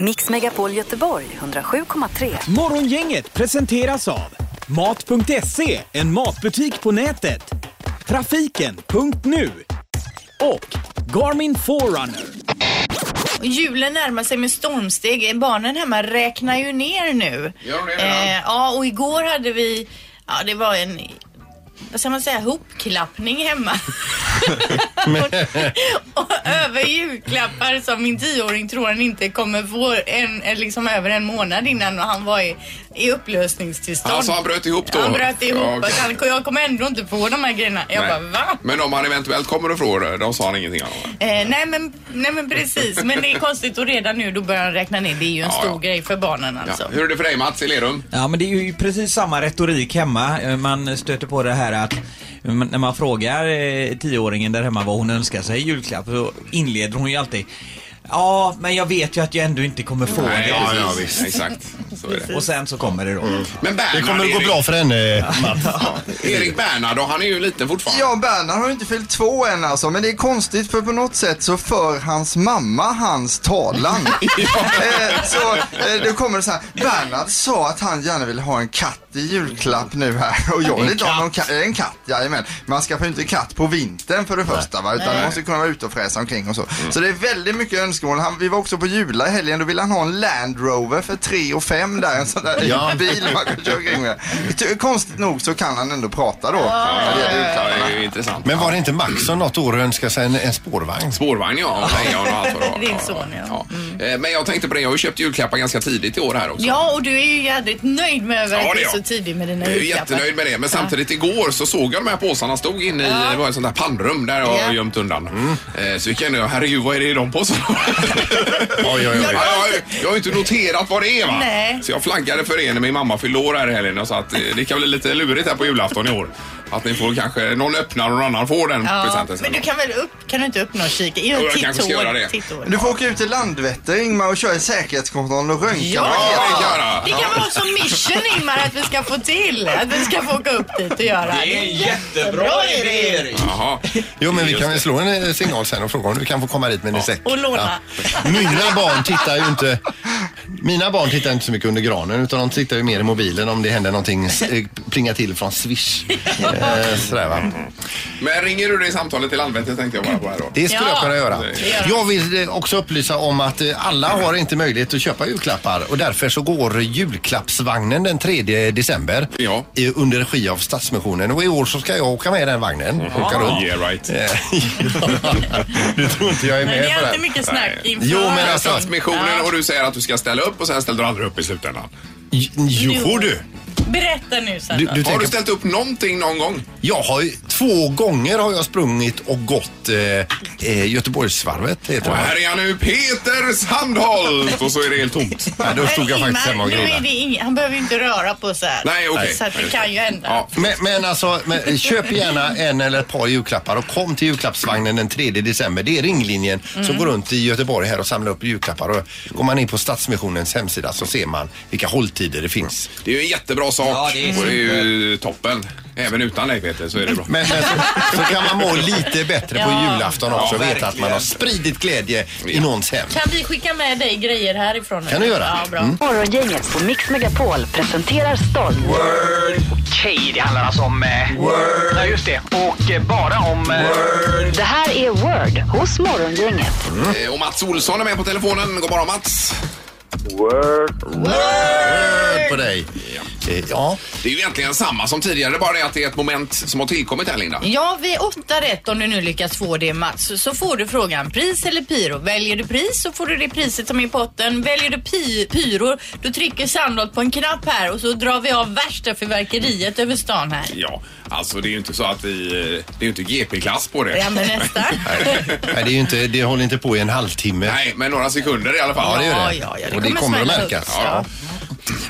Mix Megapol Göteborg 107,3. Morgongänget presenteras av Mat.se, en matbutik på nätet. Trafiken.nu och Garmin Forerunner. Och Julen närmar sig med stormsteg. Barnen hemma räknar ju ner nu. Gör det, eh, ja, och igår hade vi, ja det var en, vad ska man säga, hopklappning hemma. och, och över julklappar som min tioåring tror han inte kommer få en, eh, liksom över en månad innan och han var i, i upplösningstillstånd. Alltså han bröt ihop då? Han bröt ihop. Ja, okej. att han, jag kommer ändå inte få de här grejerna. Jag Nej. bara, va? Men om han eventuellt kommer och frågar, de sa han ingenting om? Eh, nej, men, nej men precis, men det är konstigt och redan nu då börjar de räkna ner. Det är ju en Ja, stor ja. grej för barnen Ja. alltså. Hur är det för dig Mats i Lerum? Ja, men det är ju precis samma retorik hemma. Eh, Man stöter på det här att eh, man- när man frågar eh, tioåringen där hemma vad hon önskar sig i julklapp så inleder hon ju alltid Ja, men jag vet ju att jag ändå inte kommer få det. ja, Mm. ja, precis. visst. Exakt, så är det. Och sen så kommer det då. Men Bernhard, Det kommer att gå Erik- bra för henne, Mats. Erik Bernhard, då, han är ju liten fortfarande. Ja, Bernhard har ju inte fyllt två än alltså, men det är konstigt för på något sätt så för hans mamma hans talan. eh, så eh, då kommer det så här, Bernhard sa att han gärna vill ha en katt i julklapp nu här och jag vill inte ha någon katt, en katt, jajamän. Man skaffar ju inte katt på vintern för det första va, utan man måste kunna vara ute och fräsa omkring och så. Så det är väldigt mycket önskemål. Han, vi var också på Jula i helgen, då ville han ha en Land Rover för 3 och 5 där, en sån där Ja. bil man kan köra omkring med. Ty- Konstigt nog så kan han ändå prata då, när det gäller Ja, julklapparna. det är ju intressant. Men var det inte Max som något år önskade sig en, en spårvagn? Spårvagn ja, och lejon och allt vad det var. Din son, ja. Mm. Eh, Men jag tänkte på det, jag har ju köpt julklappar ganska tidigt i år här också. Ja, och du är ju jädrigt nöjd med över Ja, att det du är är så jag. tidig med dina Jag är ju julklappar. jättenöjd med det, men samtidigt igår så såg jag de här påsarna stod inne i, det var ett sånt där pannrum där jag Ja. har gömt undan. Eh, Så kände jag, herregud vad är det i de påsarna? Oj, oj, Ja, oj. Jag, har ju- jag har ju inte noterat vad det är va? Nej. Så jag flaggade för er när min mamma fyllde år här i helgen och sa att eh, det kan bli lite lurigt här på julafton i år. Att ni får kanske, någon öppnar och någon annan får den Ja, presenten. sen. men du kan väl upp, kan du inte öppna och kika? Jo, jag titt kanske ska år, göra det. titt år. Du får åka ut till Landvetter Ingmar och köra en säkerhetskontroll och röntga det kan jag Ja, göra. det kan vara som mission Ingmar att vi ska få till. Att vi ska få åka upp dit och göra. Det är en jättebra idé, Erik! Jaha. Jo, men vi Just kan det. väl slå en eh, signal sen och fråga om du kan få komma dit med din säck. och låna. Ja. Mina barn tittar ju inte... Mina barn tittar inte så mycket under granen utan de tittar ju mer i mobilen om det händer någonting, s- eh, plingar till från Swish. Eh, Sådär va. Men ringer du det samtalet till Landvetter tänkte jag bara på här då. Det skulle Ja. jag kunna göra. Det gör jag. Jag vill eh, också upplysa om att eh, alla har inte möjlighet att köpa julklappar och därför så går julklappsvagnen den 3 december Ja. i- under regi av Stadsmissionen och i år så ska jag åka med i den vagnen. Åka runt. Yeah right. du tror inte jag är Men det med på är det? alltid mycket snack inför. Jo, men Här är alltså- Stadsmissionen och du säger att du ska ställa upp och sen ställer du aldrig upp i slutändan. J- Jo du! Berätta nu sen då. du, du Har du tänker, ställt upp någonting någon gång? jag har ju, två gånger har jag sprungit och gått eh, eh, Göteborgsvarvet heter Och det. här är han nu, Peter Sandholt! Och så är det helt tomt. Ja, då stod jag Men faktiskt hemma och nu är grillade. det ing- Han behöver ju inte röra på sig. här. Nej, okej. Så att det kan ju hända. Ja. Men, men alltså, men, köp gärna en eller ett par julklappar och kom till julklappsvagnen den 3 december. Det är ringlinjen Mm. som går runt i Göteborg här och samlar upp julklappar. Och går man in på Stadsmissionens hemsida så ser man vilka hålltider det finns. Det är ju en jättebra sak Ja, det är och det är ju toppen. Även utan dig Peter så är det bra. Men, men så, så kan man må lite bättre på Ja. julafton också Ja, och veta att verkligen. man har spridit glädje i någons hem. Kan vi skicka med dig grejer härifrån? nu? Kan du göra? Mm. Ja, bra. Morgongänget på Mix Megapol presenterar stolt. Okej, det handlar alltså om... Eh, Word. Ja, just det. Och eh, bara om... Eh, Det här är Word hos Morgongänget. Eh, Och Mats Olsson är med på telefonen. God morgon Mats! Hör på dig. Eh, Ja. Det är ju egentligen samma som tidigare bara det att det är ett moment som har tillkommit här Linda. Ja, vid åtta rätt om du nu lyckas få det Mats, så får du frågan pris eller pyro. Väljer du pris så får du det priset som är i potten. Väljer du pi- pyro, då trycker Sandholt på en knapp här och så drar vi av värsta fyrverkeriet över stan här. Ja, alltså det är ju inte så att vi... eh, Det är ju inte GP-klass på det. Ja, men nästan. Nej, det, är ju inte, det håller inte på i en halvtimme. Nej, men några sekunder i alla fall. Ja, det gör Ja, det. ja, ja, det och det kommer kommer att smälla märkas. upp. Ja.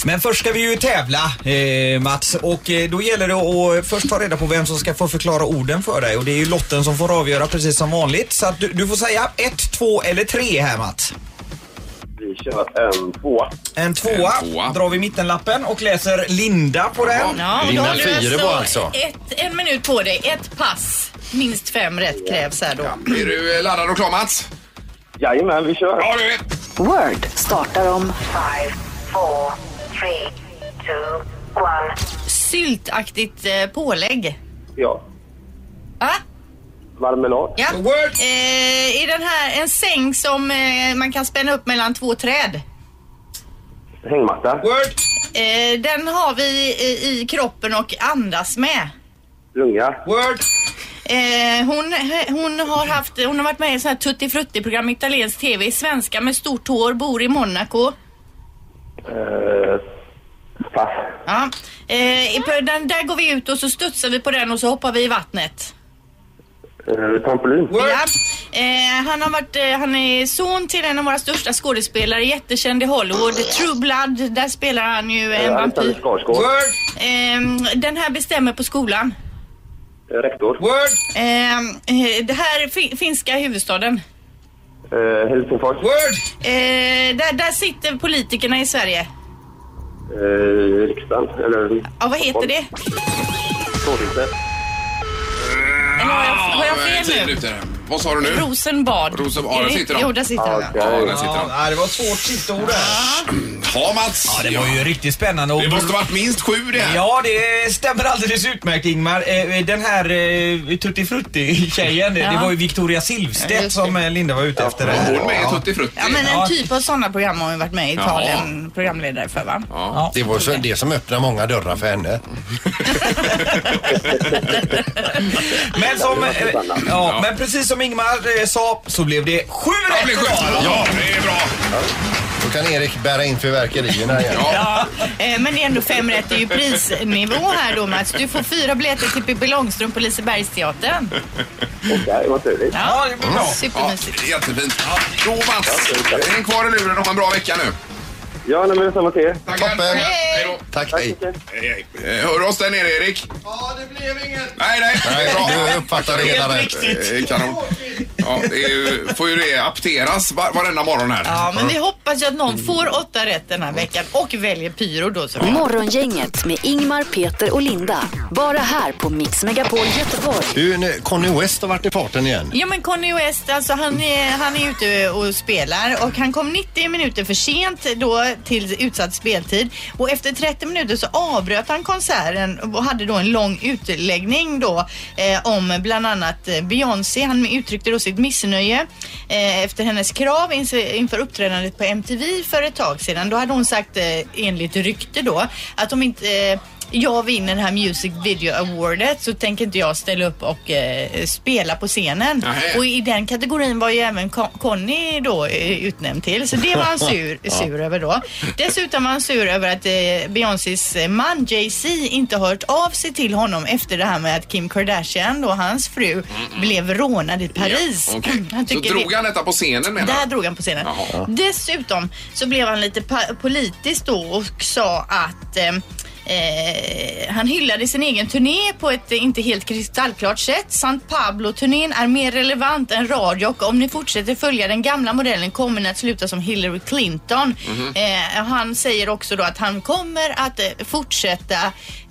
Men först ska vi ju tävla eh, Mats och eh, då gäller det att eh, först ta reda på vem som ska få förklara orden för dig och det är ju lotten som får avgöra precis som vanligt. Så att du, du får säga ett, två eller tre här Mats. Vi kör en tvåa. En tvåa, En tvåa. drar vi mittenlappen och läser Linda på den. Ja, och då har Vinna du fyra bara, alltså alltså. ett, en minut på dig, ett pass. Minst fem rätt krävs här då. Är du eh, laddad och klar Mats? Jajamän, vi kör. Ja, du är. Word startar om Syltaktigt eh, pålägg. Ja. Va? Marmelad. Ja. Eh, är den här en säng som eh, man kan spänna upp mellan två träd? Hängmatta. Eh, den har vi i, i kroppen och andas med. Lunga. Eh, hon, hon, har haft, hon har varit med i ett sånt här Tutti Frutti-program i italiensk TV, svenska med stort hår, bor i Monaco. Eh, pass. Ja. Eh, i- på den, där går vi ut och så studsar vi på den och så hoppar vi i vattnet. Eh, trampolin. Ja. Eh, han, har varit, eh, han är son till en av våra största skådespelare, jättekänd i Hollywood. True Blood, där spelar han ju en Eh, Alexander vampyr. Skarsgård. Eh, den här bestämmer på skolan. Eh, Rektor. Eh, eh, det här är fi- finska huvudstaden. Eh, Helsingfors. Eh, där, där sitter politikerna i Sverige. Eh, riksdagen. Eller Ja, vad heter det? Storhuset. Eller har jag, har jag Ja, eh, tio fel nu? minuter. Vad sa du nu? Rosenbad. Rosen- ja, där Är det- sitter de. Jo, där sitter han. ja. Ah, Okej. Ja, där sitter de. Ja, det var ett svårt sista ord där. Ja, Mats. Det var ju riktigt spännande. Och Det måste varit minst sju det här. Ja, det stämmer alldeles utmärkt Ingmar. Eh, Den här eh, Tutti Frutti-tjejen, det- det Ja. var ju Victoria Ja, Silvstedt just det. som eh, Linda var ute efter. Hon där. med i Tutti Frutti. Ja, men Ja. en typ av sådana program har hon varit med i Ja. Italien, programledare för va? Det var så, det som öppnade många dörrar för henne. Men, som, eh, Susanna. ja, men precis som Ingmar eh, sa så blev det sju Det blir rätt sjukt. idag. Ja, det är bra. Då kan Erik bära in fyrverkerierna igen. Ja. Eh, men det är ändå fem rätt, det är ju prisnivå här då Mats. Du får fyra biljetter till Pippi Långstrump på Lisebergsteatern. Okej, vad trevligt. Ja, det blir bra. Ja, Supermysigt. jättefint. Då Mats, häng kvar i luren och ha en bra vecka nu. Ja, nej, men detsamma till er. Tackar. Toppen. Hej då. Tack, hej. Hej, hej. Eh, Hör du oss där nere Erik? Ja, det blev inget. Nej, nej. Nej, Bra. du uppfattade hela rätt. Eh, Kanon. Ja, det är ju- får ju det apteras var- varenda morgon här. Ja, men vi hoppas ju att någon får åtta rätt den här veckan och väljer pyro då. Så. Morgongänget med Ingmar, Peter och Linda. Bara här på Mix Megapol Göteborg. Du, nu, Conny West har varit i farten igen. Ja men Conny West, alltså han är, han är ute och spelar och han kom 90 minuter för sent då till utsatt speltid och efter 30 minuter så avbröt han konserten och hade då en lång utläggning då eh, om bland annat eh, Beyoncé. Han uttryckte då sitt missnöje eh, efter hennes krav ins- inför uppträdandet på MTV för ett tag sedan. Då hade hon sagt eh, enligt rykte då att om inte eh, jag vinner det här Music Video Awardet så tänker inte jag ställa upp och eh, spela på scenen. Nähä. Och i den kategorin var ju även Con- Conny då eh, utnämnd till. Så det var han sur, sur över då. Dessutom var han sur över att eh, Beyoncés eh, man Jay-Z inte har hört av sig till honom efter det här med att Kim Kardashian och hans fru blev rånad i Paris. Ja, okej. Han Så tycker det- drog han detta på scenen menar där han? drog han på scenen. Jaha. Ja. Dessutom så blev han lite pa- politisk då och sa att eh, Eh, han hyllade sin egen turné på ett eh, inte helt kristallklart sätt. San Pablo-turnén är mer relevant än radio och om ni fortsätter följa den gamla modellen kommer ni att sluta som Hillary Clinton. Mhm. eh, han säger också då att han kommer att eh, fortsätta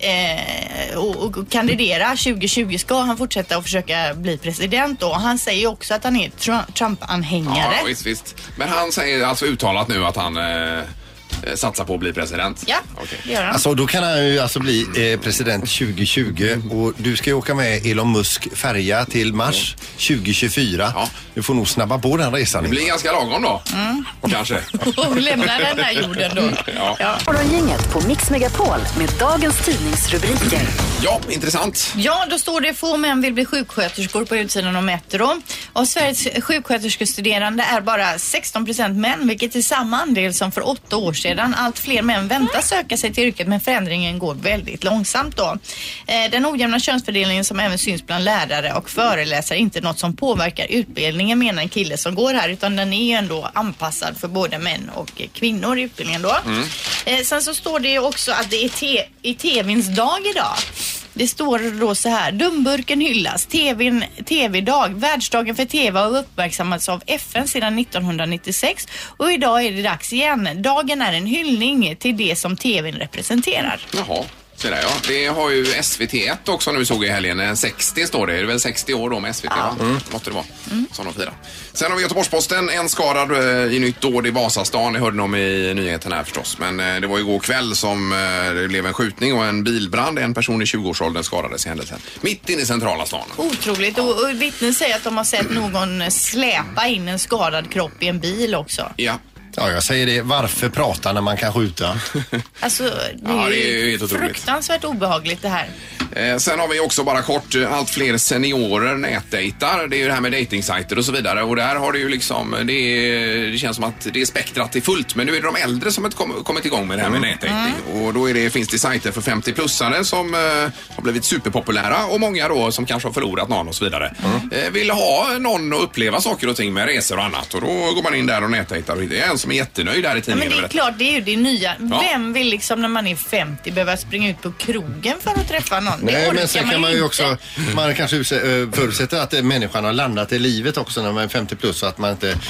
eh, och, och kandidera 2020 ska han fortsätta och försöka bli president då. Han säger också att han är Tru- Trump-anhängare. Ja, visst, visst. Men han säger alltså uttalat nu att han eh, eh, satsar på att bli president? Ja, Okej. det gör han. Alltså, då kan han ju alltså bli eh, president 2020 och du ska ju åka med Elon Musk färja till Mars 2024. Ja. Du får nog snabba på den resan. Det blir ganska lagom då. Mm. Kanske. Och lämnar den här jorden då. Ja. Ja. Morgongänget på Mix Megapol med dagens tidningsrubriker. ja, intressant. Ja, då står det få män vill bli sjuksköterskor på utsidan av Metro. Av Sveriges sjuksköterskestuderande är bara 16 procent män, vilket är samma andel som för åtta år sedan. Allt fler män väntas söka sig till yrket, men förändringen går väldigt långsamt då. Eh, Den ojämna könsfördelningen som även syns bland lärare och föreläsare är inte något som påverkar utbildningen, menar en kille som går här, utan den är ju ändå anpassad för både män och eh, kvinnor i utbildningen då. Eh, Sen så står det ju också att det är te- i TVns dag idag. Det står då så här. Dumburken hyllas. TVn TV-dag. Världsdagen för TV har uppmärksammats av FN sedan 1996 och idag är det dags igen. Dagen är en hyllning till det som TVn representerar. Jaha. Sådär, ja. Det har ju SVT1 också nu såg jag i helgen. En 60 står det. Det är väl 60 år då med SVT? Ja. Måste det vara. Som de firar. Sen har vi Göteborgs-Posten. En skadad eh, i nytt dåd i Vasastan. Ni hörde dem i nyheten här förstås. Men eh, det var igår kväll som eh, det blev en skjutning och en bilbrand. En person i 20-årsåldern skadades i händelsen. Mitt inne i centrala stan. Otroligt. Och, och vittnen säger att de har sett någon släpa in en skadad kropp i en bil också. Ja. Ja, jag säger det. Varför prata när man kan skjuta? Alltså, det Ja, är, det är ju helt otroligt. fruktansvärt obehagligt det här. Eh, Sen har vi också bara kort eh, allt fler seniorer nätdejtar. Det är ju det här med dejtingsajter och så vidare. Och där har det ju liksom, eh, det, är, det känns som att det är spektrat är fullt. Men nu är det de äldre som har kom, kommit igång med det här Mm. med nätdejting. Och då är det, finns det sajter för 50-plussare som eh, har blivit superpopulära och många då som kanske har förlorat någon och så vidare. Mm. Eh, vill ha någon att uppleva saker och ting med resor och annat. Och då går man in där och nätdejtar och hittar en som är jättenöjd här i Ja, tidningen. men det över är detta. klart, det är ju det nya. Ja. Vem vill liksom när man är 50 behöva springa ut på krogen för att träffa någon? Det Nej, orkar men sen kan man ju inte. också, man kanske utse- eh, förutsätter att eh, människan har landat i livet också när man är 50 plus så att man inte eh,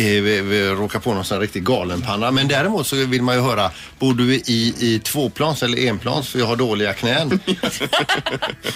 v- v- råkar på någon sån här riktig galenpanna. Men däremot så vill man ju höra, bor du i, i tvåplans eller enplans för jag har dåliga knän?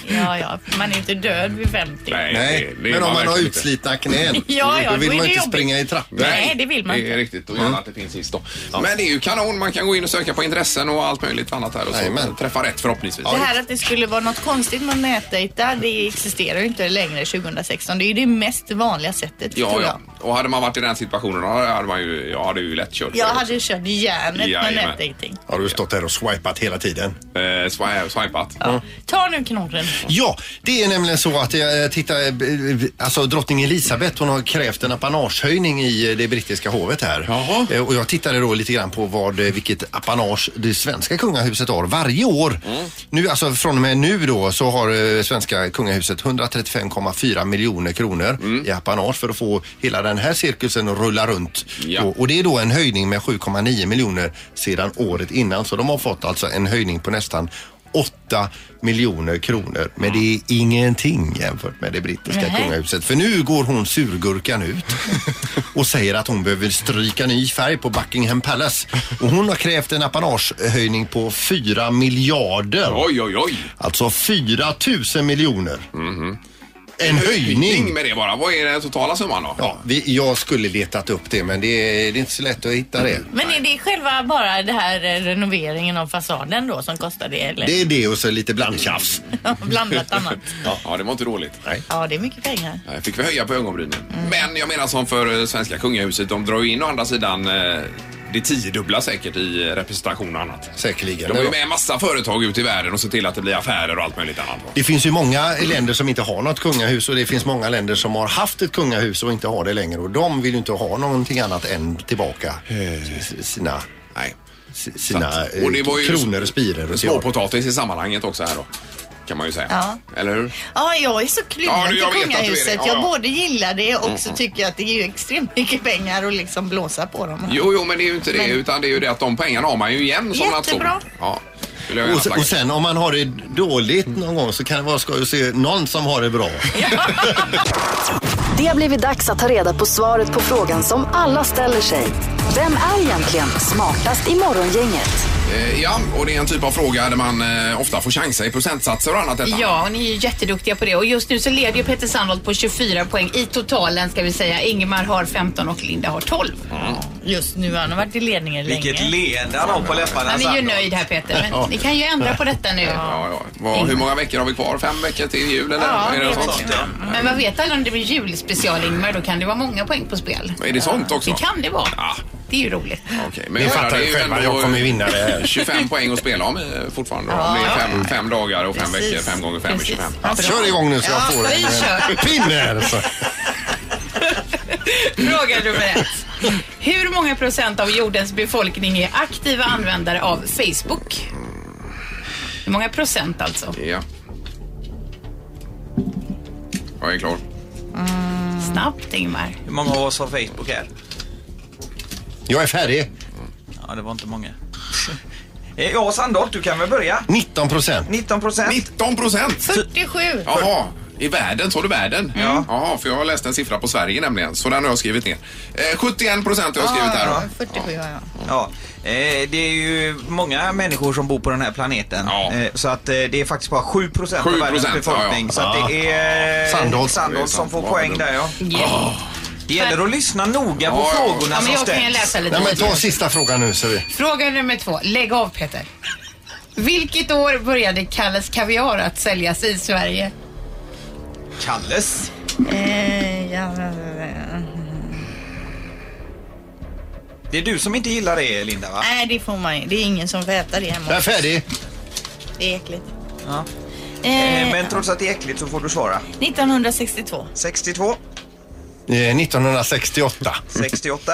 Ja, ja, man är inte död vid 50. Nej, Nej, det- det är men om man har verkligen inte. utslitna knän Ja, ja, då vill då är man det ju inte jobbigt. springa i trappor. Nej, det vill man Det inte. är riktigt. Och gärna att det finns hiss då. Men det är ju kanon. Man kan gå in och söka på intressen och allt möjligt annat här och så Jajamän. träffa rätt förhoppningsvis. Det här att det skulle vara något konstigt med att nätdejta, det existerar ju inte längre 2016. Det är ju det mest vanliga sättet, Ja, tror ja. jag. Och hade man varit i den situationen då hade man ju, jag hade ju lätt kört. Jag hade kört järnet med Jajamän. nätdejting. Har du stått där och swipat hela tiden? Eh, swi- swipat. Ja. Ta nu knorren. Ja, det är nämligen så att jag eh, tittar, eh, alltså drottning Elisabeth hon har krävt en apanagehöjning i eh, det brittiska hovet här. Jaha. Eh, Och jag tittade då lite grann på vad, eh, vilket apanage det svenska kungahuset har varje år. Mm. Nu, alltså från och med nu då så har eh, svenska kungahuset 135,4 miljoner kronor Mm. i apanage för att få hela den här cirkusen att rulla runt. Ja. Och, och det är då en höjning med 7,9 miljoner sedan året innan. Så de har fått alltså en höjning på nästan 8 miljoner kronor. Men det är ingenting jämfört med det brittiska Nej. kungahuset. För nu går hon surgurkan ut och säger att hon behöver stryka ny färg på Buckingham Palace. Och hon har krävt en apanagehöjning på 4 miljarder. Oj, oj, oj. Alltså 4 000 miljoner. En höjning! Ring med det bara. Vad är den totala summan då? Ja, vi, jag skulle letat upp det men det är, det är inte så lätt att hitta det. Men är det själva bara det här eh, renoveringen av fasaden då som kostar det? Eller Det är det och så lite blandtjafs. blandat annat? Ja, det var inte dåligt. Ja, det är mycket pengar. Nej, Fick vi höja på ögonbrynen. Mm. Men jag menar som för eh, svenska kungahuset, de drar ju in å andra sidan eh, det tiodubbla säkert i eh, representation och annat. Säkerligen. De har ju med en massa företag ute i världen och ser till att det blir affärer och allt möjligt annat. Det finns ju många länder som inte har något kungahus och det finns många länder som har haft ett kungahus och inte har det längre och de vill ju inte ha någonting annat än tillbaka s- sina, Nej. s- sina Sant. Eh. Och det eh, var ju kronor och spirer och så. Småpotatis i sammanhanget också här då. Kan man ju säga. Ja. Eller hur? Ja, jag är så kluven Ja, du, till jag vet att du är det. kungahuset. Ja, Mm, Jag ja. både gillar det och så tycker jag att det är ju extremt mycket pengar att liksom blåsa på dem. Jo, jo, men det är ju inte det. Men- Utan det är ju det att de pengarna har man ju igen som Jättebra. nation. Ja. Skulle jag Och, gärna s- sagt. och sen om man har det dåligt någon gång så kan det vara skoj att se någon som har det bra. Det har blivit dags att ta reda på svaret på frågan som alla ställer sig. Vem är egentligen smartast i morgongänget? Eh, Ja, och det är en typ av fråga där man eh, ofta får chansa i procentsatser och annat. Detta. Ja, och ni är ju jätteduktiga på det. Och just nu så leder ju Peter Sandholt på 24 poäng i totalen ska vi säga. Ingemar har 15 och Linda har 12. Mm. Just nu, han har varit i ledningen Vilket länge. leende han har på läpparna. Han är ju Sandholt. nöjd här Peter, men ni kan ju ändra på detta nu. Alltså, Ja, ja. Vad, hur många veckor har vi kvar? Fem veckor till jul eller? Ja, är det det, är sånt? väl Men vad vet alla om det blir julspecial Ingmar, då kan det vara många poäng på spel. Är det sånt också? Det kan det vara. Ja. Det är ju roligt. Okej, men Ni jag menar, fattar det ju är själva, ändå jag kommer vinna det här. 25 poäng att spela om eh, fortfarande. då. Det är fem, fem dagar och fem veckor. Fem gånger fem är 25. Kör igång nu så jag får vi kör. en eh, pinne här. Så. Fråga nummer ett. Hur många procent av jordens befolkning är aktiva användare av Facebook? Hur många procent alltså? Ja. Jag är klar. Snabbt Ingmar. Hur många av oss har Facebook här? Jag är färdig. Ja, det var inte många. Eh, Ja, Sandholt, du kan väl börja? 19 procent. 19 procent. 19 procent! 47. Jaha, I världen, sa du världen? Ja. ja, för jag har läst en siffra på Sverige nämligen, så den har jag skrivit ner. Eh, 71 procent har jag skrivit här då. 40 på ja. Ja, eh, det är ju många människor som bor på den här planeten. Ja. Eh, så att eh, det är faktiskt bara 7 procent av 7%, världens befolkning. ja, ja. Så att det är eh, Sandholt. Sandholt som får Ja, poäng det- där ja. Det gäller att lyssna noga på Ja, ja. frågorna Ja, som men jag kan ju ställs. läsa lite. Nej, men ta sista frågan nu så vi... Fråga nummer två. Lägg av Peter. Vilket år började Kalles Kaviar att säljas i Sverige? Kalles. Eh, ja, ja, ja, ja. Det är du som inte gillar det Linda va? Nej, det får man ju. Det är ingen som får äta det Jag hemma. är färdig. Det är äckligt. Ja. Eh, Eh, Men trots att det är äckligt så får du svara. 1962. 62, Eh, 1968. 68,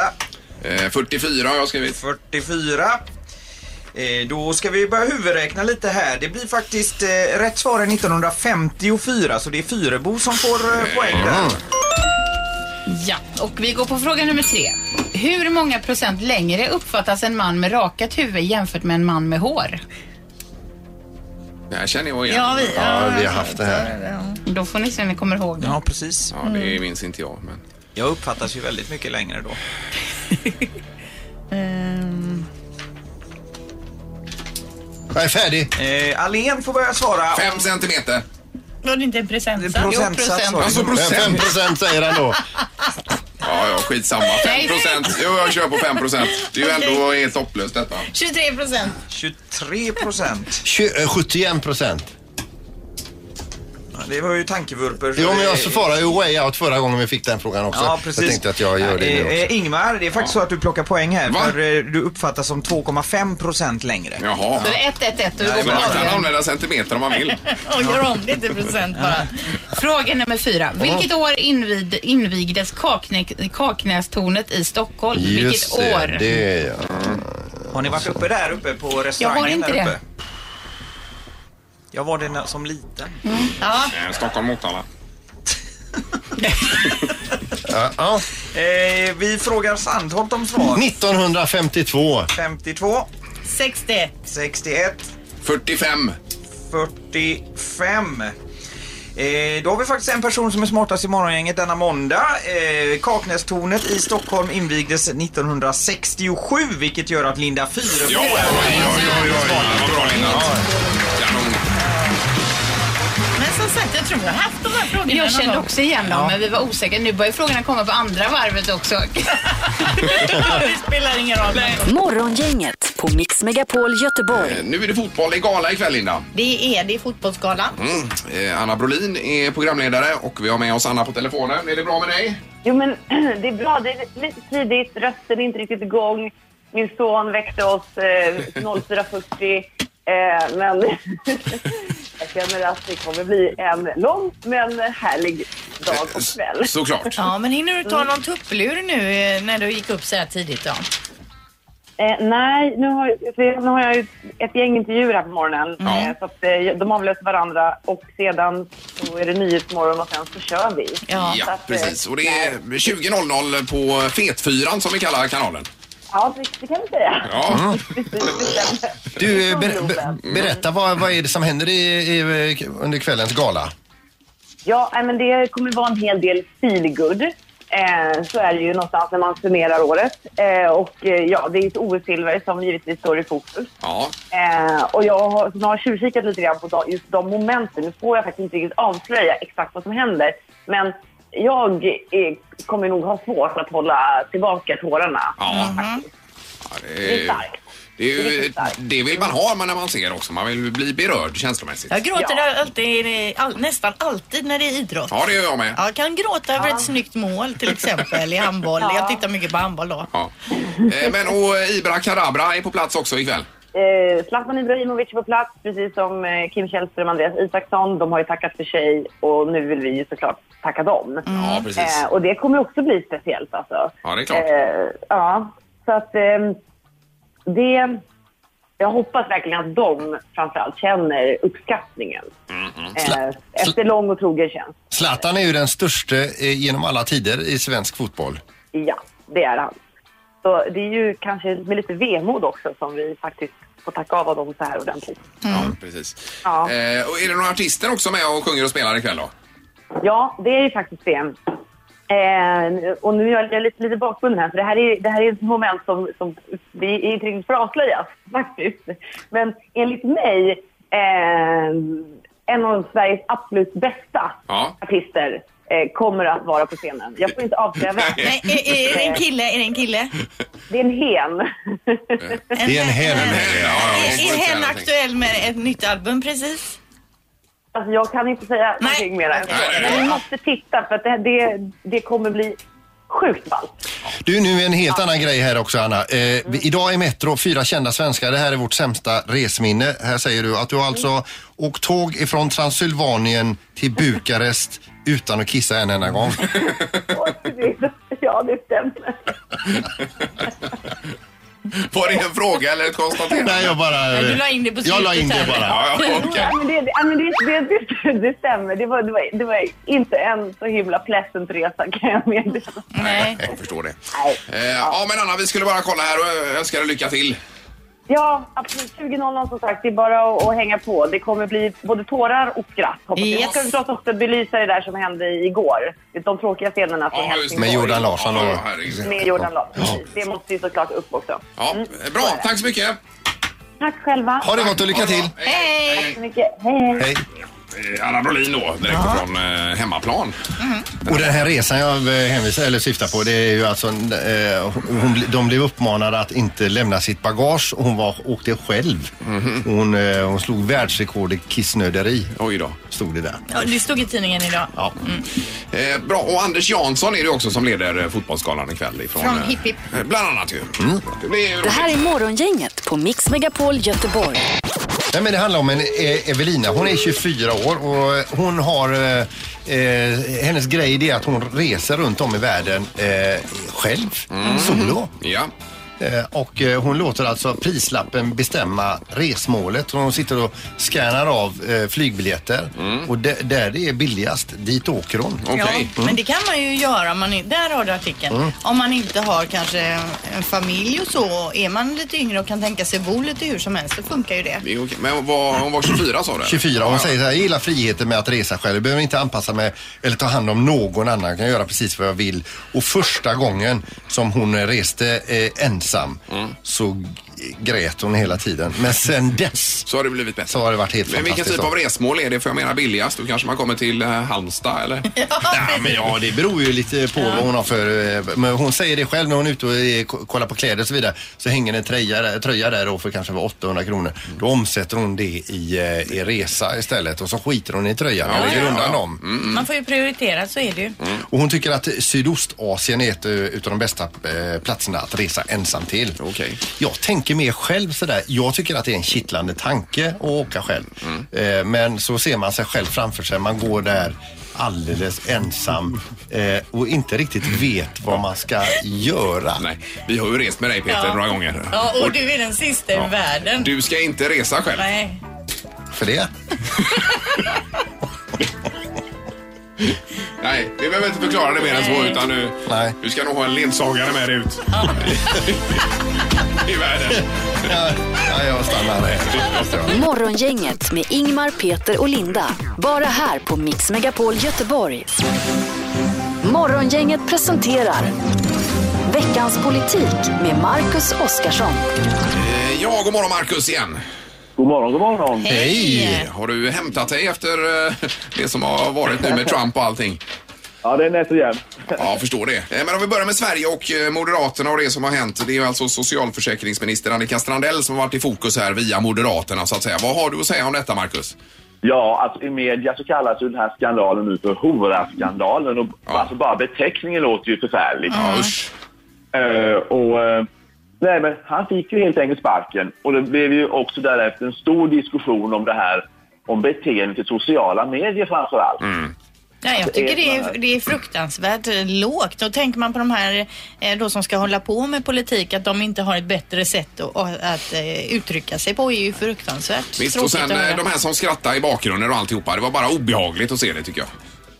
Eh, 44 har jag skrivit. 44. Eh, Då ska vi börja huvudräkna lite här. Det blir faktiskt eh, rätt svar är 1954 så det är Fyrebo som får eh, poäng där. Mm. Ja, och vi går på fråga nummer tre. Hur många procent längre uppfattas en man med rakat huvud jämfört med en man med hår? Det här känner jag igen. Ja, vi, Ja, vi har haft det här. Då får ni se om ni kommer ihåg det. Ja, precis. Ja, Mm. det minns inte jag. Men... Jag uppfattas ju väldigt mycket längre då. Ehm, Jag är färdig. Eh, Alen får börja svara. Eh, Fem centimeter. var det inte en Om- procentsats? Procentsats var Alltså det. procent. 5 procent säger han då. Ja, ja, skitsamma. Fem procent. Jo, jag kör på fem procent. Det är ju ändå helt hopplöst detta. 23 procent. 23 procent. Tjo- eh, 71 procent. Det var ju tankevurpor. Jo, men alltså, jag det- svarade ju way out förra gången vi fick den frågan också. Ja, precis. Jag tänkte att jag gör det Eh, nu eh, också. Ingmar, det är faktiskt så att du plockar poäng här. Va? För eh, du uppfattas som 2,5 procent längre. Jaha. Så det är 1-1-1 och vi går Så på alltså, man kan avgörande. använda centimeter om man vill. Och gör om det till procent bara. Fråga nummer fyra. Vilket år invid, invigdes Kakne, Kaknästornet i Stockholm? eh, Just Vilket det, år? det är jag. Har ni varit uppe där uppe på restaurangen? Jag har inte där det. uppe? Jag var det när- som liten. Ja, Eh, Stockholm, Motala. Ja, ja. Eh, vi frågar Sandholt om svar. 1952. 52, 61. 61, 45. 45. Eh, då har vi faktiskt en person som är smartast i morgongänget denna måndag. Eh, Kaknästornet i Stockholm invigdes 1967 vilket gör att Linda Fyrebo Ja, oj, oj, oj, oj, oj. Vad bra Linda. Kanon. Men som sagt, jag tror jag har haft de här frågorna någon jag kände gång. också igen dem, men vi var osäkra. Nu börjar frågorna komma på andra varvet också. det spelar ingen roll. Morgongänget på Mix Megapol Göteborg. Eh, Nu är det fotboll i gala ikväll Linda. Det är det i Fotbollsgalan. Mm. Eh, Anna Brolin är programledare och vi har med oss Anna på telefonen. Är det bra med dig? Jo, men det är bra. Det är lite tidigt. Rösten är inte riktigt igång. Min son väckte oss eh, 04.40. Eh, men jag känner att det kommer bli en lång men härlig dag och kväll. Mm. Såklart. Ja, men hinner du ta någon tupplur nu eh, när du gick upp så här tidigt då? Eh, nej, nu har, för nu har jag ju ett gäng intervjuer här på morgonen. Mm. Eh, så att, eh, de avlöser varandra och sedan så är det nyhetsmorgon och sen så kör vi. Ja. Så Ja, att, eh, precis. Och det är 20.00 på Fetfyran som vi kallar kanalen. Ja, det, det kan vi säga. Mm. Ja, Du, eh, ber, ber, berätta vad, vad är det som händer i, i, under kvällens gala? Ja, nej, men det kommer vara en hel del feelgood. Eh, så är det ju någonstans när man summerar året. Eh, och eh, ja, det är ett OS-silver som givetvis står i fokus. ja. Eh, och jag har, så jag har tjuvkikat lite grann på da- just de momenten. Nu får jag faktiskt inte riktigt avslöja exakt vad som händer. Men jag eh, kommer nog ha svårt att hålla tillbaka tårarna. ja. Ja, Det är det, är, starkt. det, är, Det är ju- starkt. det vill man ha men när man ser också. Man vill bli berörd känslomässigt. Jag gråter Ja. alltid, all, nästan alltid när det är idrott. Ja, det gör jag med. Ja, Jag kan gråta över ett snyggt mål till exempel i handboll. Jag tittar mycket på handboll då. Ja. Eh, Men och eh, Ibra Karabra är på plats också ikväll. Eh, Zlatan Ibrahimovic på plats, precis som eh, Kim Källström och Andreas Isaksson. De har ju tackat för sig och nu vill vi ju såklart tacka dem. Ja, precis. Eh, och det kommer också bli speciellt alltså. Ja, det är klart. Eh, ja, så att eh, det... Jag hoppas verkligen att de framförallt känner uppskattningen. Mm, Eh, efter lång och trogen tjänst. Zlatan är ju den största eh, genom alla tider i svensk fotboll. Ja, det är han. Så det är ju kanske med lite vemod också som vi faktiskt får tacka av dem så här ordentligt. Ja, precis. Ja. Eh, Och är det några artister också med och sjunger och spelar ikväll då? Ja, det är ju faktiskt det. Eh, och nu är jag lite, lite bakbunden här, för det här är, det här är ett moment som, som vi inte riktigt får avslöja, faktiskt. Men enligt mig, eh, en av Sveriges absolut bästa Ja. artister eh, kommer att vara på scenen. Jag får inte avslöja vem. Nej, är, är, är det en kille? Är det en kille? Det är en hen. Eh. Det är en hen. Är, är hen aktuell med ett nytt album precis? Alltså jag kan inte säga Nej. någonting mer. än så. Men ni måste titta för att det, det, det kommer bli sjukt ballt. Du, nu är en helt annan grej här också Anna. Eh, vi- Idag är Metro, fyra kända svenskar. Det här är vårt sämsta resminne. Här säger du att du har alltså åkt tåg ifrån Transylvanien till Bukarest utan att kissa en enda gång. Ja, det stämmer. Var det en fråga eller ett konstaterande? Nej, jag bara... eh, Du la in det på Jag la in det slutet här. bara. Ja, ja, okej. Ja, men det, det, ja, men det, det, det, det stämmer. Det var, det, var, det var inte en så himla pleasant resa kan jag meddela. Nej. Jag förstår det. Eh, ja, men Anna, vi skulle bara kolla här och önska dig lycka till. Ja, absolut. 20.00 som sagt. Det är bara att, att hänga på. Det kommer bli både tårar och skratt. Hoppas jag. Yes. Jag ska förstås också belysa det där som hände igår. De tråkiga scenerna från Ja, just det. Helsingford. Med Jordan Larsson Ja, och... herregud. Med Jordan Larsson. Precis. Det måste ju såklart upp också. Ja, Mm, så är bra, det. tack så mycket. Tack själva. Ha det gott och lycka till. Hej! så mycket. Hej, hej. Hej. Eh, Anna Brolin då, direkt från eh, hemmaplan. Och den här resan jag eh, hänvisar eller syftar på det är ju alltså eh, hon, bli- de blev uppmanade att inte lämna sitt bagage och hon var, åkte själv. Hon, eh, hon slog världsrekord i kissnöderi. Oj då. Stod det där. Ja, det stod i tidningen idag. Ja. Eh, bra, och Anders Jansson är det också som leder eh, Fotbollsgalan ikväll. Ifrån, Från eh, Hipp Hipp. eh, Bland annat ju. Det blir ju Det roligt. här är Morgongänget på Mix Megapol Göteborg. Nej, men det handlar om en eh, Evelina. Hon är 24 år och eh, hon har... Eh, eh, hennes grej det är att hon reser runt om i världen eh, själv, solo. Ja. Eh, Och eh, hon låter alltså prislappen bestämma resmålet. Hon sitter och scannar av eh, flygbiljetter Mm. och dä- där det är billigast, dit åker hon. Okej. Ja, men det kan man ju göra. Om man, i- där har du artikeln. Mm. Om man inte har kanske en familj och så. Är man lite yngre och kan tänka sig bo lite hur som helst så funkar ju det. Det är okej. Men vad, hon var 24 sa du? 24. Hon Ja, säger så här, jag gillar friheten med att resa själv. Jag behöver inte anpassa mig eller ta hand om någon annan. Jag kan göra precis vad jag vill. Och första gången som hon reste eh, ensam Mm. så g- grät hon hela tiden. Men sen dess Så har det blivit bättre. så har det varit helt Men vilken fantastiskt. typ av resmål är det? För jag menar billigast, då kanske man kommer till eh, Halmstad eller? Ja, men ja, det beror ju lite på vad hon har för... eh, Men hon säger det själv när hon är ute och eh, ko- kollar på kläder och så vidare. Så hänger en tröja, där- tröja där då för kanske 800 kronor. Då omsätter hon det i, eh, i resa istället och så skiter hon i tröjan och lägger ja, undan ja. dem. Man får ju prioritera, så är det ju. Och hon tycker att Sydostasien är ett eh, utav de bästa eh, platserna att resa ensam till. Okej. Jag tänker mer själv sådär. Jag tycker att det är en kittlande tanke att åka själv. Mm. Eh, men så ser man sig själv framför sig. Man går där alldeles ensam eh, och inte riktigt vet vad man ska göra. Nej, vi har ju rest med dig Peter Ja. några gånger. Ja, och du är den sista i världen. Du ska inte resa själv. Nej. För det? Nej, vi behöver inte förklara det mer än så utan nu, Nej. du ska nog ha en ledsagare med dig ut. I världen. Ja, ja, jag stannar här. Morgongänget med Ingmar, Peter och Linda. Bara här på Mix Megapol Göteborg. Morgongänget presenterar Veckans politik med Marcus Oskarsson. Eh, Ja, god morgon Marcus igen. Eh, God morgon, god morgon. Hej! Har du hämtat dig efter eh, det som har varit nu med Trump och allting? Ja, det är nätt och jämnt. Ja, förstår det. Eh, Men om vi börjar med Sverige och eh, Moderaterna och det som har hänt. Det är ju alltså socialförsäkringsminister Annika Strandell som har varit i fokus här via Moderaterna så att säga. Vad har du att säga om detta Marcus? Ja, alltså i media så kallas ju den här skandalen nu för Hora-skandalen. Och Ja. Alltså bara beteckningen låter ju förfärlig. Ja, usch. Eh, och, eh, nej, men han fick ju helt enkelt sparken och det blev ju också därefter en stor diskussion om det här om beteendet i sociala medier framför allt. Mm. Nej, jag tycker det är, det är fruktansvärt lågt. Och tänker man på de här eh, då som ska hålla på med politik, att de inte har ett bättre sätt att, att eh, uttrycka sig på är ju fruktansvärt Visst, och tråkigt sen att höra. eh, de här som skrattar i bakgrunden och alltihopa. Det var bara obehagligt att se det tycker jag.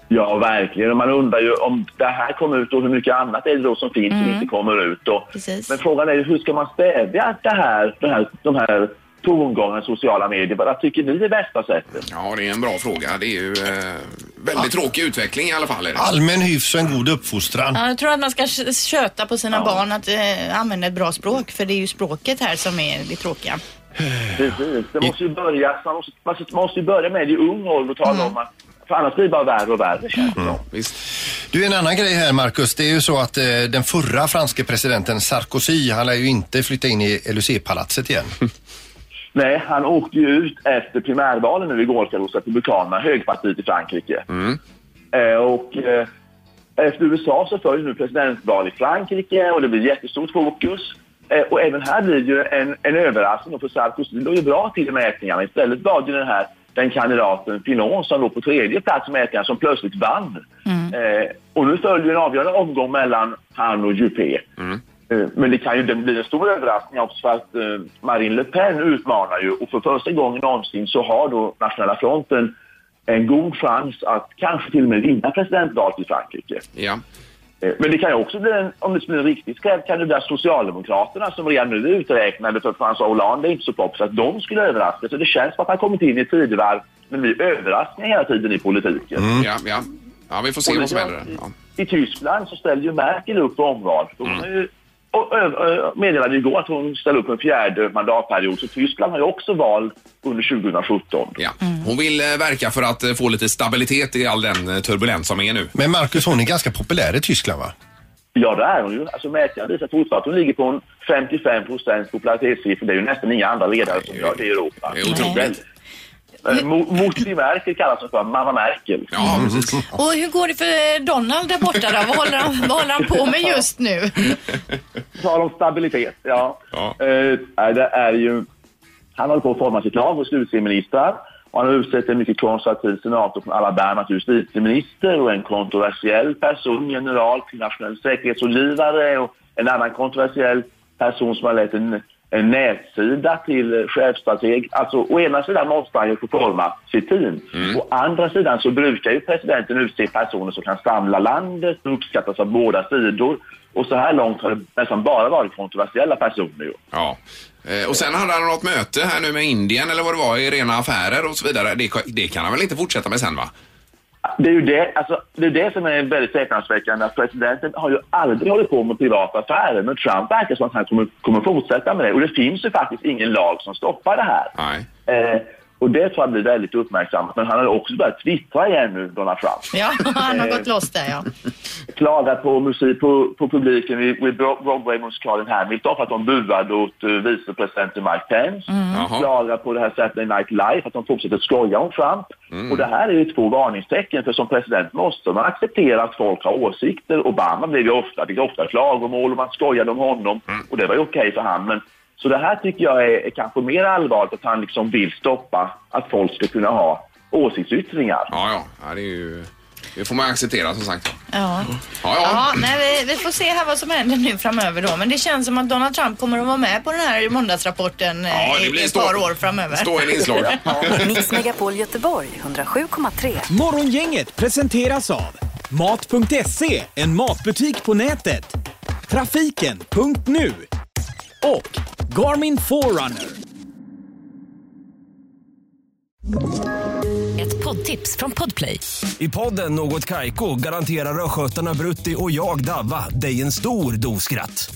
Ja, verkligen. Och Man undrar ju om det här kommer ut och hur mycket annat är det då som finns Mm. som inte kommer ut. Och, Precis. men frågan är ju hur ska man stävja det här, den här, de här tongångarna i sociala medier? Vad tycker ni är bästa sättet? Ja, det är en bra fråga. Det är ju eh, Väldigt tråkig utveckling i alla fall. Är det. Allmän hyfs och en god uppfostran. Ja, jag tror att man ska k- köta på sina barn att eh, använda ett bra språk. För det är ju språket här som är det tråkiga. Precis. Det måste ju börja, man, måste, man måste ju börja med det i ung ålder och tala om att för annars blir det bara värre och värre känns det som. Du, en annan grej här Marcus, det är ju så att eh, den förra franske presidenten Sarkozy, han lär ju inte flytta in i LUC-palatset igen. Nej, han åkte ju ut efter primärvalen nu igår ska hos Republikanerna, högerpartiet i Frankrike. Eh, och eh, efter USA så följs nu presidentval i Frankrike och det blir jättestort fokus. Eh, och även här blir det ju en, en överraskning och för Sarkozy. Det låg ju bra till i mätningarna. Istället var det ju den här den kandidaten Pinon som låg på tredje plats i mätningarna som plötsligt vann. Eh, och nu följer en avgörande omgång mellan han och Juppé. Eh, Men det kan ju den- bli en stor överraskning också för att eh, Marine Le Pen utmanar ju och för första gången någonsin så har då Nationella fronten en god chans att kanske till och med vinna presidentvalet i Frankrike. Ja. Eh, Men det kan ju också bli, en, om det blir en riktig skräll, kan det bli att Socialdemokraterna som redan nu är uträknade för François Hollande är inte så poppis, att de skulle överraska. Så det känns som att han kommit in i ett tidevarv med blir överraskningar hela tiden i politiken. Ja, ja. ja, vi får se Och vad som det- händer. Mm. Ja. I Tyskland så ställde ju Merkel upp på omval. Hon Mm. har ju, och, ö- ö- meddelade igår att hon ställer upp en fjärde mandatperiod. Så Tyskland har ju också val under 2017. Ja. Mm. Hon vill eh, verka för att eh, få lite stabilitet i all den eh, turbulens som är nu. Men Marcus, hon är ganska populär i Tyskland va? Ja, det är hon ju. Alltså, mätningarna visar fortfarande att hon ligger på en 55 procents popularitetssiffra. Det är ju nästan inga andra ledare som gör det i Europa. Det är otroligt. Men, eh, Mo- Mutti Merkel kallas hon för, mamma Merkel. Ja, precis. Och hur går det för eh, Donald där borta då? Vad håller han, vad håller han på med just nu? tal om stabilitet, ja. Ja. Eh, nej, det är ju... Han håller på att forma sitt lag och justitieministrar. Och han har utsett en mycket konservativ senator från Alabama till justitieminister och en kontroversiell person, general till nationell säkerhetsrådgivare och en annan kontroversiell person som har lett en, en nätsida till eh, chefstrateg. Alltså, å ena sidan måste han ju få forma sitt team. Å andra sidan så brukar ju presidenten utse personer som kan samla landet och uppskattas av båda sidor. Och så här långt har det nästan bara varit kontroversiella personer. ju. Ja. Eh, Och sen hade han något möte här nu med Indien eller vad det var i rena affärer och så vidare. Det, det kan han väl inte fortsätta med sen va? Det är ju det, alltså, det, är det som är väldigt häpnadsväckande. att Presidenten har ju aldrig hållit på med privata affärer men Trump verkar som att han kommer, kommer fortsätta med det. Och det finns ju faktiskt ingen lag som stoppar det här. Nej. Eh, och det tror jag blir väldigt uppmärksammat. Men han har ju också börjat twittra igen nu, Donald Trump. Ja, han har gått loss där ja. klaga på musik på, på publiken vid, vid Bro- Broadway-musikalen Hamilton för att de buade åt eh, vicepresidenten Mike Pence. Mm. Mm. Jaha. Klaga på det här Saturday Night Live för att de fortsätter skoja om Trump. Och det här är ju två varningstecken för som president måste man acceptera att folk har åsikter. Obama blev ju ofta, fick ofta klagomål och man skojade om honom och det var ju okej för han. Men, så det här tycker jag är, är kanske mer allvarligt att han liksom vill stoppa att folk ska kunna ha åsiktsyttringar. Ja, ja. ja det, är ju, det får man acceptera som sagt. Ja, Ja, ja. ja nej, vi, vi får se här vad som händer nu framöver då. Men det känns som att Donald Trump kommer att vara med på den här måndagsrapporten eh, Ja, det i- blir i ett stå- par år framöver. Stå en inslag. Mix Megapol Göteborg 107,3. Morgongänget presenteras av Mat.se, en matbutik på nätet. Trafiken.nu och Garmin Forerunner. Ett poddtips från Podplay. I podden Något Kaiko garanterar östgötarna Brutti och jag, Davva, dig en stor dos skratt.